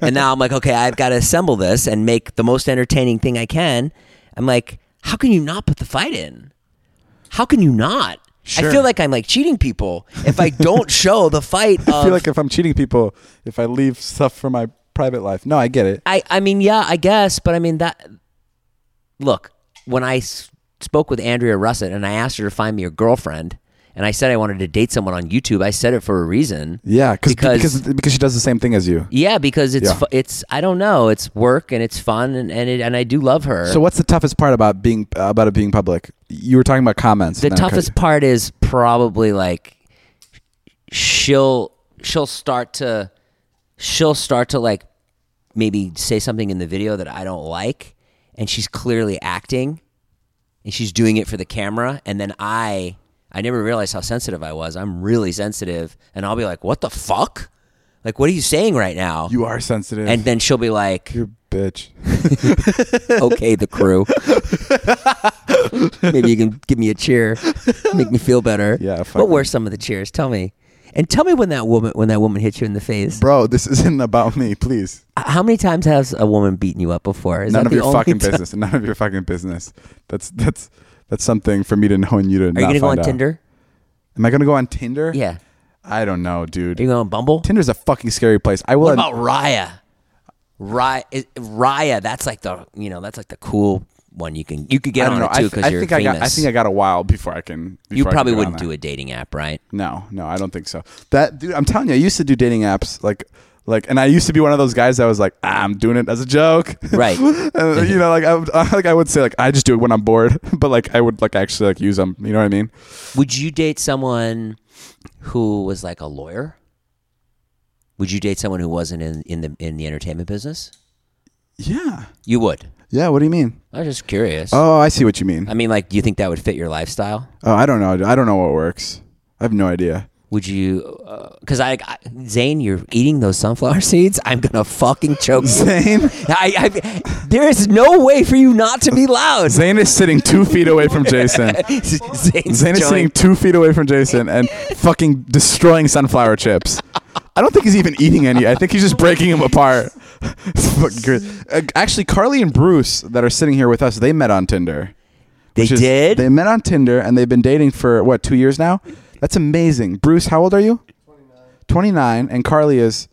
C: and now I'm like, okay, I've got to assemble this and make the most entertaining thing I can. I'm like, how can you not put the fight in? How can you not?
E: Sure.
C: I feel like I'm like cheating people if I don't show the fight. Of,
E: I feel like if I'm cheating people, if I leave stuff for my private life, no, I get it.
C: I, I mean, yeah, I guess, but I mean that. Look, when I s- spoke with Andrea Russett and I asked her to find me a girlfriend, and I said I wanted to date someone on YouTube, I said it for a reason.
E: Yeah, cause,
C: Because-
E: because because she does the same thing as you.
C: Yeah, because it's
E: Yeah.
C: fu- it's I don't know, it's work and it's fun and and, it, and I do love her.
E: So what's the toughest part about being about it being public? You were talking about comments.
C: the
E: and then I cut
C: toughest
E: you.
C: part is probably like she'll she'll start to she'll start to like maybe say something in the video that I don't like and she's clearly acting and she's doing it for the camera and then I I never realized how sensitive I was. I'm really sensitive and I'll be like, "What the fuck? Like what are you saying right now?"
E: You are sensitive.
C: and then she'll be like,
E: you're a bitch.
C: okay the crew. Maybe you can give me a cheer, make me feel better.
E: Yeah,
C: What
E: fucking-
C: were some of the cheers? Tell me, and tell me when that woman when that woman hit you in the face.
E: Bro, this isn't about me, please.
C: H- How many times has a woman beaten you up before? Is
E: None
C: that
E: of
C: the
E: your
C: only
E: fucking
C: time?
E: business. None of your fucking business. That's that's that's something for me to know and you to
C: Are you gonna go on Tinder?
E: Am I gonna go on Tinder?
C: Yeah.
E: I don't know, dude.
C: Are you going on Bumble?
E: Tinder's a fucking scary place. I will
C: What about Raya? Raya, is- Raya. That's like the you know that's like the cool one you can you could
E: I
C: get
E: don't
C: on
E: know.
C: it too
E: I, th-
C: because
E: I
C: you're
E: think I
C: famous.
E: got I think I got a while before I can
C: you
E: before I
C: probably
E: can get on
C: wouldn't
E: that.
C: do a dating app, right?
E: No, no, I don't think so. That dude, I'm telling you, I used to do dating apps like like and I used to be one of those guys that was like, ah, I'm doing it as a joke.
C: Right.
E: and, you know, like I would like I would say like I just do it when I'm bored, but like I would like actually like use them, you know what I mean?
C: Would you date someone who was like a lawyer? Would you date someone who wasn't in, in the in the entertainment business?
E: Yeah.
C: You would.
E: Yeah, what do you mean?
C: I was just curious.
E: Oh, I see what you mean.
C: I mean, like, do you think that would fit your lifestyle?
E: Oh, I don't know. I don't know what works. I have no idea.
C: Would you? Because I, I, Zane, you're eating those sunflower seeds. I'm gonna fucking choke you.
E: Zane
C: I, I, there is no way for you not to be loud.
E: Zane is sitting two feet away from Jason.
C: Zane's
E: Zane is sitting
C: showing-
E: two feet away from Jason and fucking destroying sunflower chips. I don't think he's even eating any. I think he's just breaking them apart. It's fucking great. Uh, actually, Carly and Bruce that are sitting here with us, they met on Tinder.
C: They
E: which is-
C: did.
E: They met on Tinder and they've been dating for what two years now? That's amazing. Bruce, how old are you? Twenty nine, and Carly is.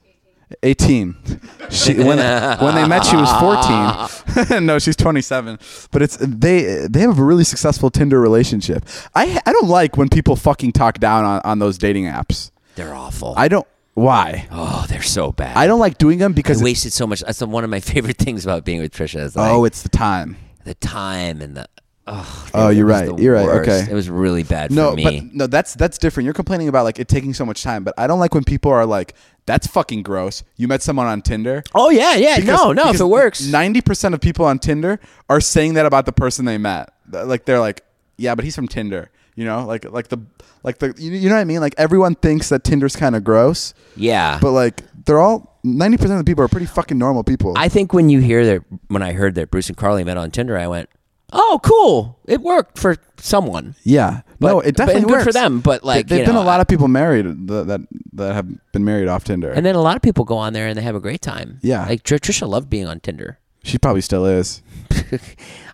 E: 18. She, when, when they met, she was 14. no, she's 27. But it's they they have a really successful Tinder relationship. I I don't like when people fucking talk down on, on those dating apps.
C: they're awful.
E: I don't why.
C: oh, they're so bad.
E: I don't like doing them because
C: I
E: it-
C: wasted so much. That's one of my favorite things about being with Trisha. Is like,
E: oh, it's the time.
C: the time and the oh,
E: Oh, you're right. You're right. Okay.
C: it was really bad
E: No,
C: for me.
E: but no, that's that's different. You're complaining about like it taking so much time, but I don't like when people are like, "That's fucking gross." You met someone on Tinder.
C: oh yeah, yeah.
E: Because-
C: no, no. If
E: because
C: it works,
E: 90% of people on Tinder are saying that about the person they met. Th- Like they're like, yeah, but he's from Tinder. You know, like like the like the you you know what I mean? Like everyone thinks that Tinder's kind of gross,
C: yeah.
E: but like they're all 90% of the people are pretty fucking normal people.
C: I think when you hear that, when I heard that Bruce and Carly met on Tinder, I went, "Oh, cool! It worked for someone."
E: yeah. no,
C: But-
E: it definitely
C: but good for
E: works.
C: them, but, like,
E: there,
C: you
E: have been
C: know,
E: a lot
C: I-
E: of people married that, that that have been married off Tinder.
C: And then a lot of people go on there and they have a great time.
E: Yeah.
C: like Tr- Trisha loved being on Tinder.
E: she probably still is.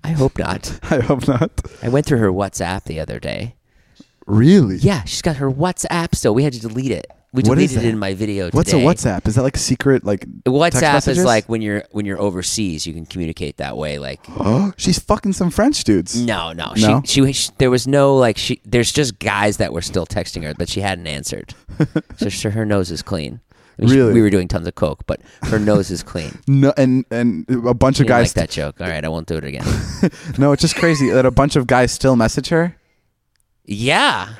C: I hope not.
E: I hope not.
C: I went through her WhatsApp the other day.
E: Really?
C: Yeah, she's got her WhatsApp still. We had to delete it. which
B: What
C: we
B: is
C: did
B: that?
C: in my video today.
B: What's a WhatsApp? Is that like secret? Like text
C: WhatsApp is
B: messages?
C: like when you're when you're overseas, you can communicate that way. Like
B: oh, she's fucking some French dudes.
C: no, no,
B: No?
C: She, she she there was no like she there's just guys that were still texting her that she hadn't answered. so she, her nose is clean. I mean, she-
B: Really?
C: we were doing tons of coke, but her nose is clean.
B: No, and and a bunch of
C: Didn't like
B: guys.
C: that joke. All right, I won't do it again.
B: no, it's just crazy that a bunch of guys still message her.
C: yeah,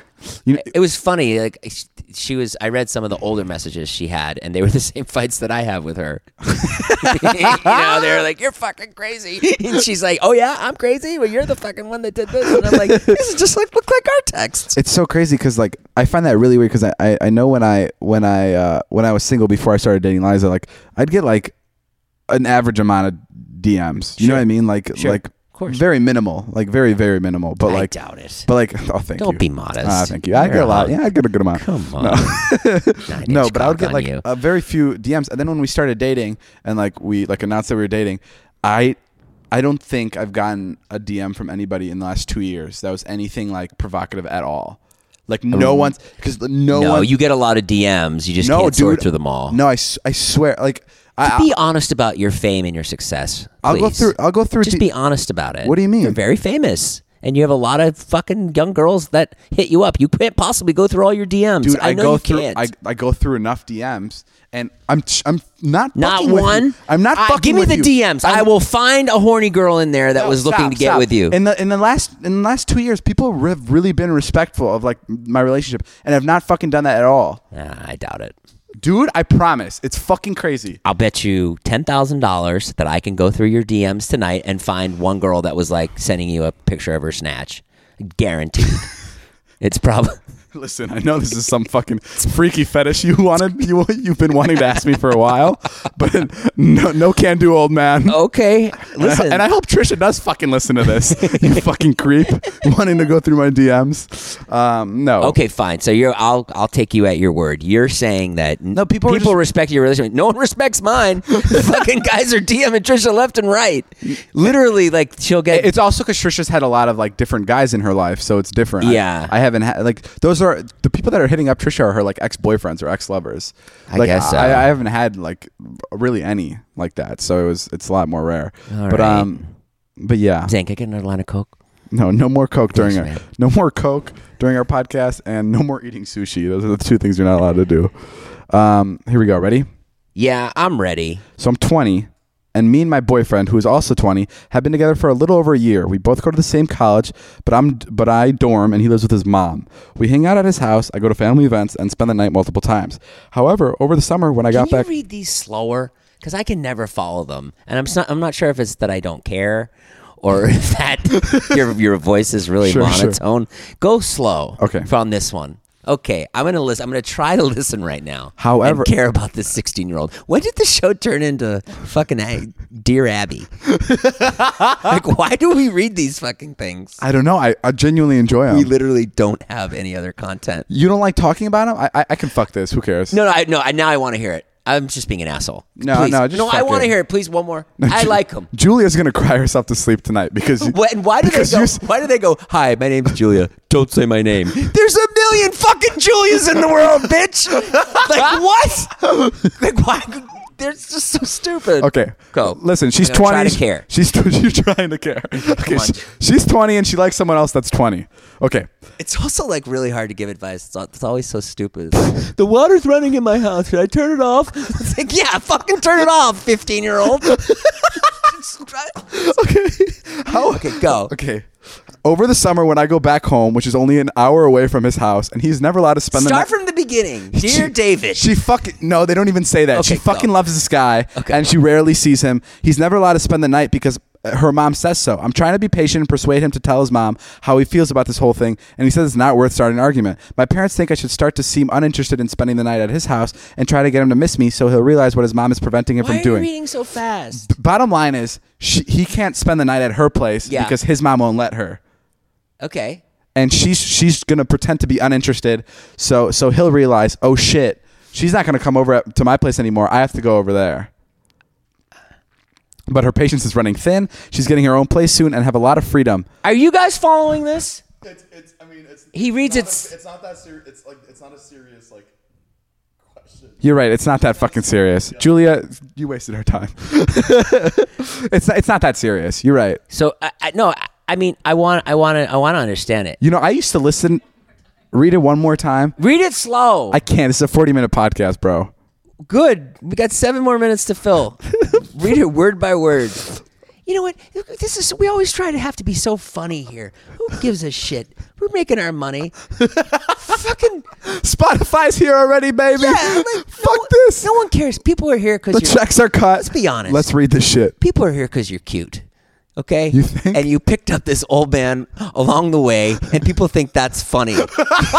B: You,
C: it was funny. Like sh- she was, I read some of the older messages she had, and they were the same fights that I have with her. you know, they're like, "You're fucking crazy," and she's like, "Oh yeah, I'm crazy. Well, you're the fucking one that did this," and I'm like, "This is just like look like our texts."
B: it's so crazy because like I find that really weird because I, I I know when I when I uh, when I was single before I started dating Liza, like I'd get like an average amount of DMs. You know what I mean? Like like
C: course.
B: very minimal, like very very minimal. But
C: I
B: like
C: doubt it.
B: but like oh thank
C: Don't
B: you.
C: be modest.
B: Ah, thank you. I
C: You're
B: get a lot.
C: hot.
B: Yeah, I get a good amount.
C: Come on. Nine
B: no,
C: inch
B: but I would
C: cock
B: get
C: on
B: like uh,
C: you.
B: a very few DMs, and then when we started dating, and like we like announced that we were dating, I, I don't think I've gotten a DM from anybody in the last two years that was anything like provocative at all. Like no one's because no,
C: no,
B: one.
C: you get a lot of DMs. You just
B: no
C: can't
B: dude
C: sort through them all.
B: No, I, s- I swear like I,
C: be honest about your fame and your success.
B: I'll go
C: please.
B: through- I'll go through
C: Just
B: the-
C: be honest about it.
B: What do you mean?
C: You're very famous, and you have a lot of fucking young girls that hit you up. You can't possibly go through all your DMs.
B: dude
C: I,
B: I,
C: know
B: go
C: you
B: through
C: can't.
B: I, I go through enough DMs, and I'm I'm not
C: not
B: fucking with you.
C: one.
B: I'm not
C: I-
B: fucking
C: Give me
B: with
C: the
B: you.
C: DMs. i
B: I'm-
C: will find a horny girl in there that was
B: No,
C: looking
B: stop,
C: to get
B: stop.
C: with you.
B: In the in the last in the last two years, people re- have really been respectful of like my relationship, and have not fucking done that at all,
C: Ah, I doubt it.
B: dude. I promise, it's fucking crazy.
C: I'll bet you ten thousand dollars that I can go through your DMs tonight and find one girl that was like sending you a picture of her snatch. Guaranteed. it's probably
B: Listen, I know this is some fucking freaky fetish you wanted you you've been wanting to ask me for a while, but no no can do, old man.
C: okay. Listen,
B: And I, and I hope Trisha does fucking listen to this. you fucking creep, wanting to go through my DMs. Um, no.
C: Okay, fine. So you're I'll I'll take you at your word. You're saying that no
B: people are just-
C: respect your relationship. No one respects mine. Fucking guys are DMing Trisha left and right. Literally, like she'll get.
B: It's also because Trisha's had a lot of like different guys in her life, so it's different. I-
C: Yeah.
B: I, haven't had like those are the people that are hitting up Trisha are her like ex boyfriends or ex lovers.
C: I
B: like,
C: guess so.
B: I, I haven't had like really any like that, so it was it's a lot more rare.
C: All
B: but
C: right.
B: um, but yeah,
C: Zane, can I get another line of coke?
B: no, no more coke during
C: Thanks,
B: our
C: man.
B: no more coke during our podcast, and no more eating sushi. Those are the two things you're not allowed to do. Um, here we go. Ready?
C: Yeah, I'm ready.
B: So I'm 20, and me and my boyfriend, who is also 20, have been together for a little over a year. We both go to the same college, but I'm but I dorm, and he lives with his mom. We hang out at his house. I go to family events and spend the night multiple times. However, over the summer when I
C: Can
B: got
C: you
B: back,
C: read these slower? Because I can never follow them, and I'm s- not. I'm not sure if it's that I don't care, or if that your your voice is really
B: Sure, sure.
C: monotone. Go slow.
B: Okay.
C: From this one. Okay, I'm gonna listen. I'm gonna try to listen right now.
B: However-
C: and care about this 16 year old. When did the show turn into fucking A- Dear Abby? like, why do we read these fucking things?
B: I don't know. I, I genuinely enjoy
C: We
B: him.
C: literally don't have any other content.
B: you don't like talking about him? I, I I can fuck this. Who cares?
C: No, no, I, no. I, now I want to hear it. I'm just being an asshole.
B: No,
C: Please.
B: no, just
C: no. I
B: fuck
C: want to
B: it.
C: hear it. Please, one more. I like him.
B: Julia's gonna cry herself to sleep tonight because you-
C: Wh- And why do they
B: because
C: go?
B: you s-
C: Why do they go? Hi, my name's Julia. Don't say my name. There's a million fucking Julias in the world, bitch. Like what? Like why? They're just so stupid.
B: Okay.
C: go.
B: Listen, she's
C: I'm gonna
B: 20.
C: Try to care.
B: She's she's trying to care. Okay.
C: on.
B: she- she's 20 and she likes someone else that's 20. Okay.
C: It's also like really hard to give advice. It's, al- it's always so stupid. It's like, the water's running in my house. Should I turn it off? It's like yeah, fucking turn it off, fifteen year old.
B: Okay. How
C: Okay, go.
B: Okay. Over the summer, when I go back home, which is only an hour away from his house, and he's never allowed to spend
C: Start
B: the night.
C: from the beginning, dear
B: She-
C: David.
B: She fucking no, they don't even say that. she
C: Okay, go.
B: fucking loves this guy, and she rarely sees him. He's never allowed to spend the night because uh, her mom says so. I'm trying to be patient and persuade him to tell his mom how he feels about this whole thing, and he says it's not worth starting an argument. My parents think I should start to seem uninterested in spending the night at his house and try to get him to miss me, so he'll realize what his mom is preventing him
C: why are
B: from doing.
C: you reading so fast?
B: Bottom line is, she, he can't spend the night at her place
C: Yeah.
B: because his mom won't let her
C: Okay.
B: and she's she's gonna pretend to be uninterested. So so he'll realize, oh shit, she's not gonna come over at, to my place anymore. I have to go over there. But her patience is running thin. She's getting her own place soon and have a lot of freedom.
C: Are you guys following this?
D: It's, it's, I mean, it's.
C: He reads
D: not
C: it's-
D: A, it's not that serious. It's like it's not a serious like
B: You're right. It's not that fucking serious. Julia, you wasted our time. it's it's not that serious. You're right.
C: So I, I no, I, I mean I want I want to I want to understand it.
B: You know, I used to listen read it one more time.
C: Read it slow.
B: I can't. It's a 40-minute podcast, bro.
C: Good. We got seven more minutes to fill. Read it word by word. You know what? This is we always try to have to be so funny here. Who gives a shit? We're making our money. Fucking
B: Spotify's here already, baby.
C: yeah. like, no
B: Fuck
C: one-
B: this.
C: No one cares. People are here
B: the
C: because you're
B: checks are cut. Let's
C: be honest.
B: Let's read this shit.
C: people are here because you're cute. Okay?
B: You think?
C: And you picked up this old man along the way, and people think that's funny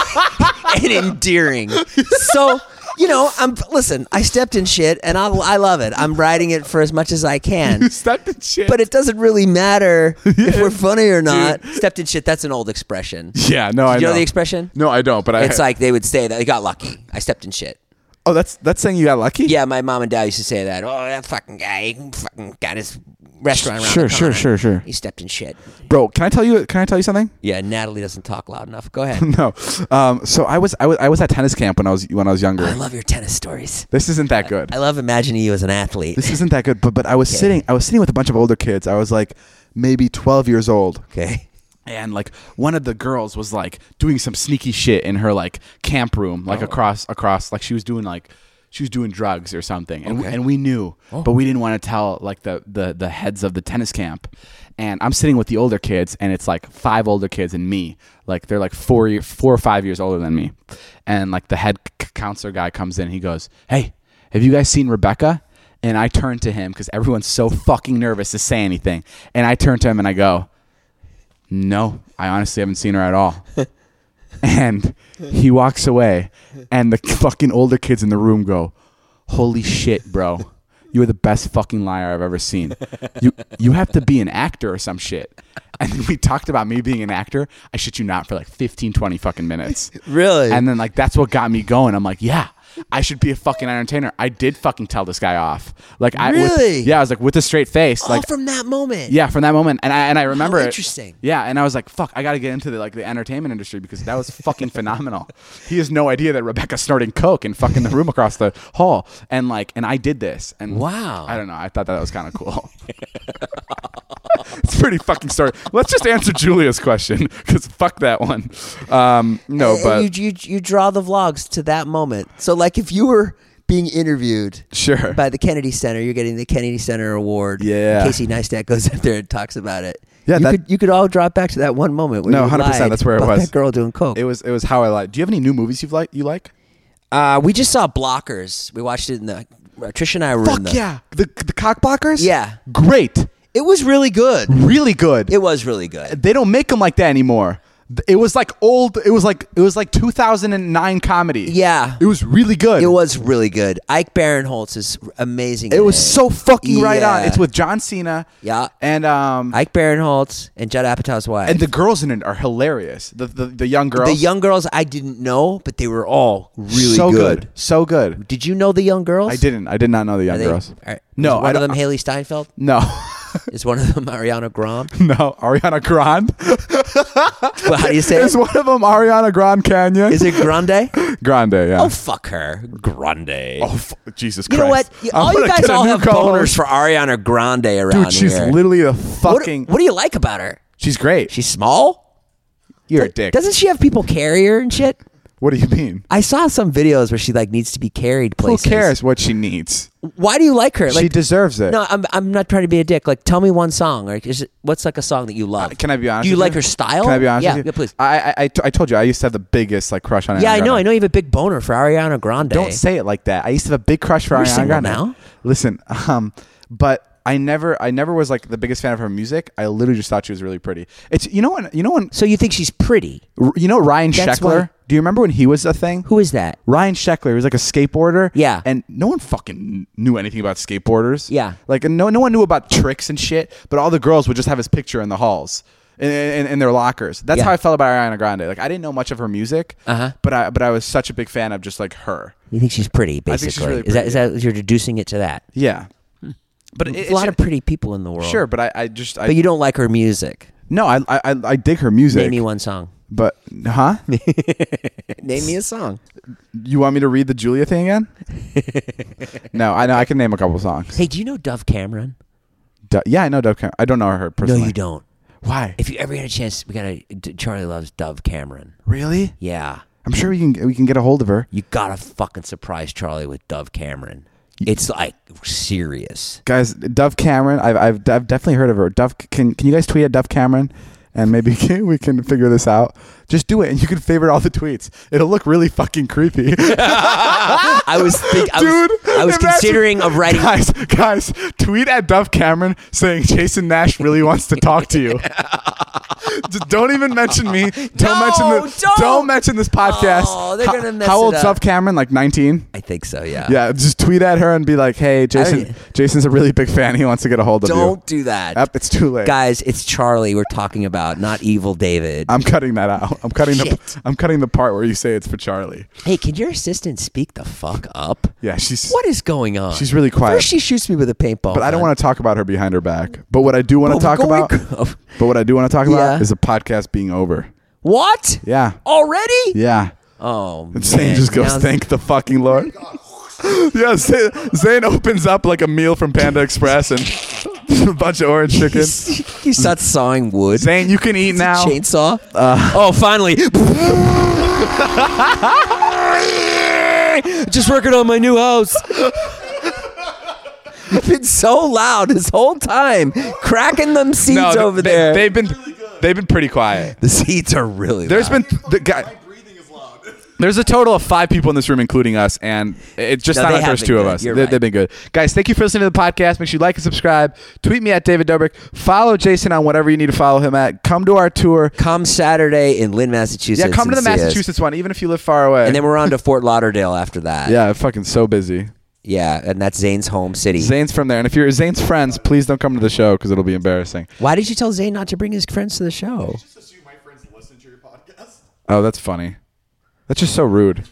C: and endearing. So, you know, I'm listen, I stepped in shit, and I, I love it. I'm riding it for as much as I can.
B: Stop the shit.
C: But it doesn't really matter if we're funny or not. Stepped in shit, that's an old expression.
B: yeah, no, I
C: you know
B: know
C: the expression?
B: No, I don't. But I.
C: It's like they would say that I got lucky. I stepped in shit.
B: oh, that's that's saying you got lucky.
C: Yeah, my mom and dad used to say that. Oh, that fucking guy he fucking got his restaurant around
B: Sure,
C: the
B: sure,
C: corner.
B: sure, sure.
C: He stepped in shit.
B: bro. Can I tell you? Can I tell you something?
C: Yeah, Natalie doesn't talk loud enough. Go ahead.
B: No. Um. So I was I was I was at tennis camp when I was when I was younger.
C: I love your tennis stories.
B: this isn't that good.
C: I love imagining you as an athlete.
B: this isn't that good. But but I was sitting I was sitting with a bunch of older kids. I was like maybe twelve years old.
C: okay.
B: and like one of the girls was like doing some sneaky shit in her like camp room like across across like she was doing like she was doing drugs or something and, we, and we knew but we didn't want to tell like the, the the heads of the tennis camp and i'm sitting with the older kids and it's like five older kids and me like they're like four year, four or five years older than me and like the head c- counselor guy comes in and he goes hey have you guys seen rebecca and i turn to him because everyone's so fucking nervous to say anything and i turn to him and i go no, I honestly haven't seen her at all. and he walks away, and the fucking older kids in the room go, Holy shit, bro. You are the best fucking liar I've ever seen. You, you have to be an actor or some shit. And then we talked about me being an actor. I shit you not for like 15, 20 fucking minutes.
C: Really?
B: And then like that's what got me going. I'm like, yeah, I should be a fucking entertainer. I did fucking tell this guy off. Like I with-
C: Really?
B: yeah, I was like with a straight face.
C: All
B: like
C: from that moment.
B: yeah, from that moment, and I and I remember it.
C: interesting.
B: Yeah, and I was like, "Fuck, I got to get into the like the entertainment industry because that was fucking phenomenal." He has no idea that Rebecca snorting coke and fucking the room across the hall, and like, and I did this, and
C: Wow.
B: I don't know. I thought that was kind of cool. it's pretty fucking story. Let's just answer Julia's question because fuck that one. Um, no,
C: And
B: but
C: you, you you draw the vlogs to that moment. So like if you were being interviewed
B: sure.
C: by the Kennedy Center, you're getting the Kennedy Center Award.
B: Yeah.
C: Casey Neistat goes up there and talks about it.
B: Yeah,
C: you
B: that-
C: could you could all drop back to that one moment. Where
B: No,
C: you
B: 100%,
C: lied
B: that's where it
C: about
B: was.
C: That girl doing coke.
B: it was it was how I like. Do you have any new movies you've like you like?
C: Uh, we just saw Blockers. We watched it in the uh, Trish and I were in
B: Fuck
C: the
B: yeah, the the cockblockers.
C: Yeah.
B: great,
C: It was really good.
B: really good.
C: It was really good.
B: they don't make them like that anymore. Th- It was like old. It was like it was like 2009 comedy.
C: Yeah.
B: it was really good.
C: It was really good. Ike Barinholtz is amazing.
B: It
C: in
B: was so fucking right on.
C: Yeah.
B: It's with John Cena.
C: Yeah.
B: and um,
C: Ike Barinholtz and Judd Apatow's wife.
B: and the girls in it are hilarious. The the, the young girls,
C: The young girls I didn't know, but they were all really
B: so
C: good.
B: so good.
C: Did you know the young girls?
B: I didn't. I did not know the young
C: They-
B: girls.
C: all right.
B: No,
C: Is
B: I
C: one of
B: don't-
C: them Haley Steinfeld.
B: No,
C: Is one of them Ariana Grande?
B: no. Ariana Grande
C: Well, how do you say it?
B: is one of them. Ariana Grande Canyon
C: Is it Grande?
B: Grande? Yeah.
C: oh fuck her, Grande.
B: Oh, fu- Jesus
C: you
B: Christ!
C: know what? You-
B: I'm
C: all you
B: gonna
C: guys
B: get a
C: all
B: new
C: have
B: co-host.
C: boners for Ariana Grande around
B: Dude, she's
C: here.
B: literally a
C: what,
B: fucking.
C: what do you like about her?
B: she's great.
C: She's small.
B: You're a dick.
C: Doesn't she have people carry her and shit?
B: What do you mean?
C: I saw some videos where she like needs to be carried
B: Who
C: places.
B: cares what she needs?
C: Why do you like her? Like,
B: she deserves it.
C: No, I'm, I'm not trying to be a dick. Like, tell me one song. Like, is it, what's like a song that you love?
B: Uh, Can I be honest?
C: Do you
B: with
C: like her style?
B: Can I be honest?
C: Yeah,
B: with you?
C: yeah, please.
B: I, I- I, t- I told you I used to have the biggest like crush on. Ariana
C: yeah, I know. I
B: Grande.
C: know you have a big boner for Ariana Grande.
B: Don't say it like that. I used to have a big crush for
C: You're
B: Ariana
C: single
B: Grande.
C: now?
B: Listen, um, but I never I never was like the biggest fan of her music. I literally just thought she was really pretty. It's you know when you know when
C: So you think she's pretty?
B: you know Ryan
C: That's
B: Sheckler.
C: why-
B: Do you remember when he was a thing?
C: Who is that?
B: Ryan Scheckler. He was like a skateboarder.
C: Yeah.
B: And no one fucking knew anything about skateboarders.
C: Yeah.
B: Like no no one knew about tricks and shit, but all the girls would just have his picture in the halls. In, in, in their lockers. That's
C: Yeah.
B: how I felt about Ariana Grande. Like I didn't know much of her music,
C: Uh-huh.
B: but I but I was such a big fan of just like her.
C: You think she's pretty? Basically,
B: think she's really
C: is that is that you're reducing it to that?
B: Yeah. But it,
C: There's
B: it's
C: Hmm. a lot of pretty people in the world.
B: sure. But I, I just I
C: but you don't like her music.
B: no I I I- I dig her music.
C: Name me one song.
B: But huh?
C: Name me a song.
B: You want me to read the Julia thing again? no, I know I can name a couple songs.
C: Hey, do you know Dove Cameron?
B: Du- yeah, I know Dove Cameron. I don't know her
C: No,
B: personally.
C: you don't.
B: Why?
C: If you ever get a chance, we gotta. D- Charlie loves Dove Cameron.
B: really?
C: Yeah,
B: I'm sure we can we can get a hold of her.
C: you gotta fucking surprise Charlie with Dove Cameron. It's like serious.
B: Guys, Dove Cameron, I've, I've, I've definitely heard of her. Dove, can, can you guys tweet at Dove Cameron? And maybe can, we can figure this out. Just do it, and you can favorite all the tweets. It'll look really fucking creepy.
C: I was, think, I was,
B: Dude,
C: I was
B: imagine-
C: considering of writing.
B: guys, guys, tweet at Dove Cameron saying Jason Nash really wants to talk to you. Just don't even mention me. Don't
C: No,
B: mention the,
C: Oh, don't.
B: mention this podcast.
C: Oh, they're
B: How-
C: gonna mess
B: How
C: it
B: old's
C: up.
B: Dove Cameron? Like 19?
C: I think so. Yeah.
B: Yeah, just tweet at her and be like, "Hey,
C: yeah.
B: Jason, Jason's a really big fan. He wants to get a hold of you."
C: Don't do that,
B: Yep, it's too late.
C: guys. It's Charlie we're talking about, not evil David.
B: I'm cutting that out. I'm cutting
C: Shit.
B: the I'm cutting the part where you say it's for Charlie.
C: hey, can your assistant speak the fuck up?
B: Yeah, she's
C: What is going on?
B: She's really quiet.
C: First, she shoots me with a paintball,
B: but I don't want to talk about her behind her back. But what I do want to talk about But what I do want to talk about
C: Yeah.
B: is the podcast being over.
C: what?
B: Yeah.
C: Already?
B: Yeah.
C: Oh,
B: Zane
C: man.
B: just goes,
C: Now-
B: thank the fucking Lord. yeah, Zane, Zane opens up like a meal from Panda Express and a bunch of orange chicken.
C: He starts sawing wood.
B: Zane, you can eat
C: It's a
B: now. Uh,
C: chainsaw. oh, finally! Just working on my new house. You've been so loud this whole time, cracking them seats
B: No,
C: over
B: they,
C: there.
B: They've been they've been pretty quiet.
C: the seats are really.
B: There's
C: loud.
B: been the guy.
D: Breathing is loud.
B: There's a total of five people in this room, including us, and it's just
C: No,
B: not
C: they
B: out
C: have
B: there's
C: been
B: two of
C: good.
B: us.
C: You're
B: They-
C: right.
B: They've been good. Guys, thank you for listening to the podcast. Make sure you like and subscribe. Tweet me at David Dobrik. Follow Jason on whatever you need to follow him at. Come to our tour.
C: come Saturday in Lynn, Massachusetts.
B: Yeah, come to the
C: and see us.
B: Massachusetts one, even if you live far away.
C: and then we're on to Fort Lauderdale after that.
B: yeah, fucking so busy.
C: yeah, and that's Zane's home city.
B: Zane's from there, and if you're Zane's friends, please don't come to the show because it'll be embarrassing.
C: Why did you tell Zane not to bring his friends to the show?
D: Just assume my friends listen to your podcast.
B: Oh, that's funny. That's just so rude.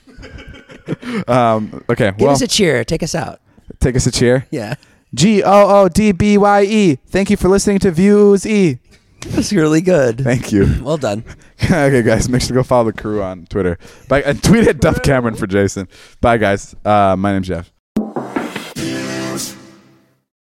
B: um, okay,
C: Give
B: well,
C: us a cheer. Take us out.
B: take us a cheer.
C: Yeah.
B: G O O D B Y E. Thank you for listening to Views E.
C: That's really good.
B: Thank you.
C: Well done.
B: okay, guys, make sure to go follow the crew on Twitter. Bye, and tweet at Duff Cameron for Jason. Bye, guys. Uh, my name's Jeff.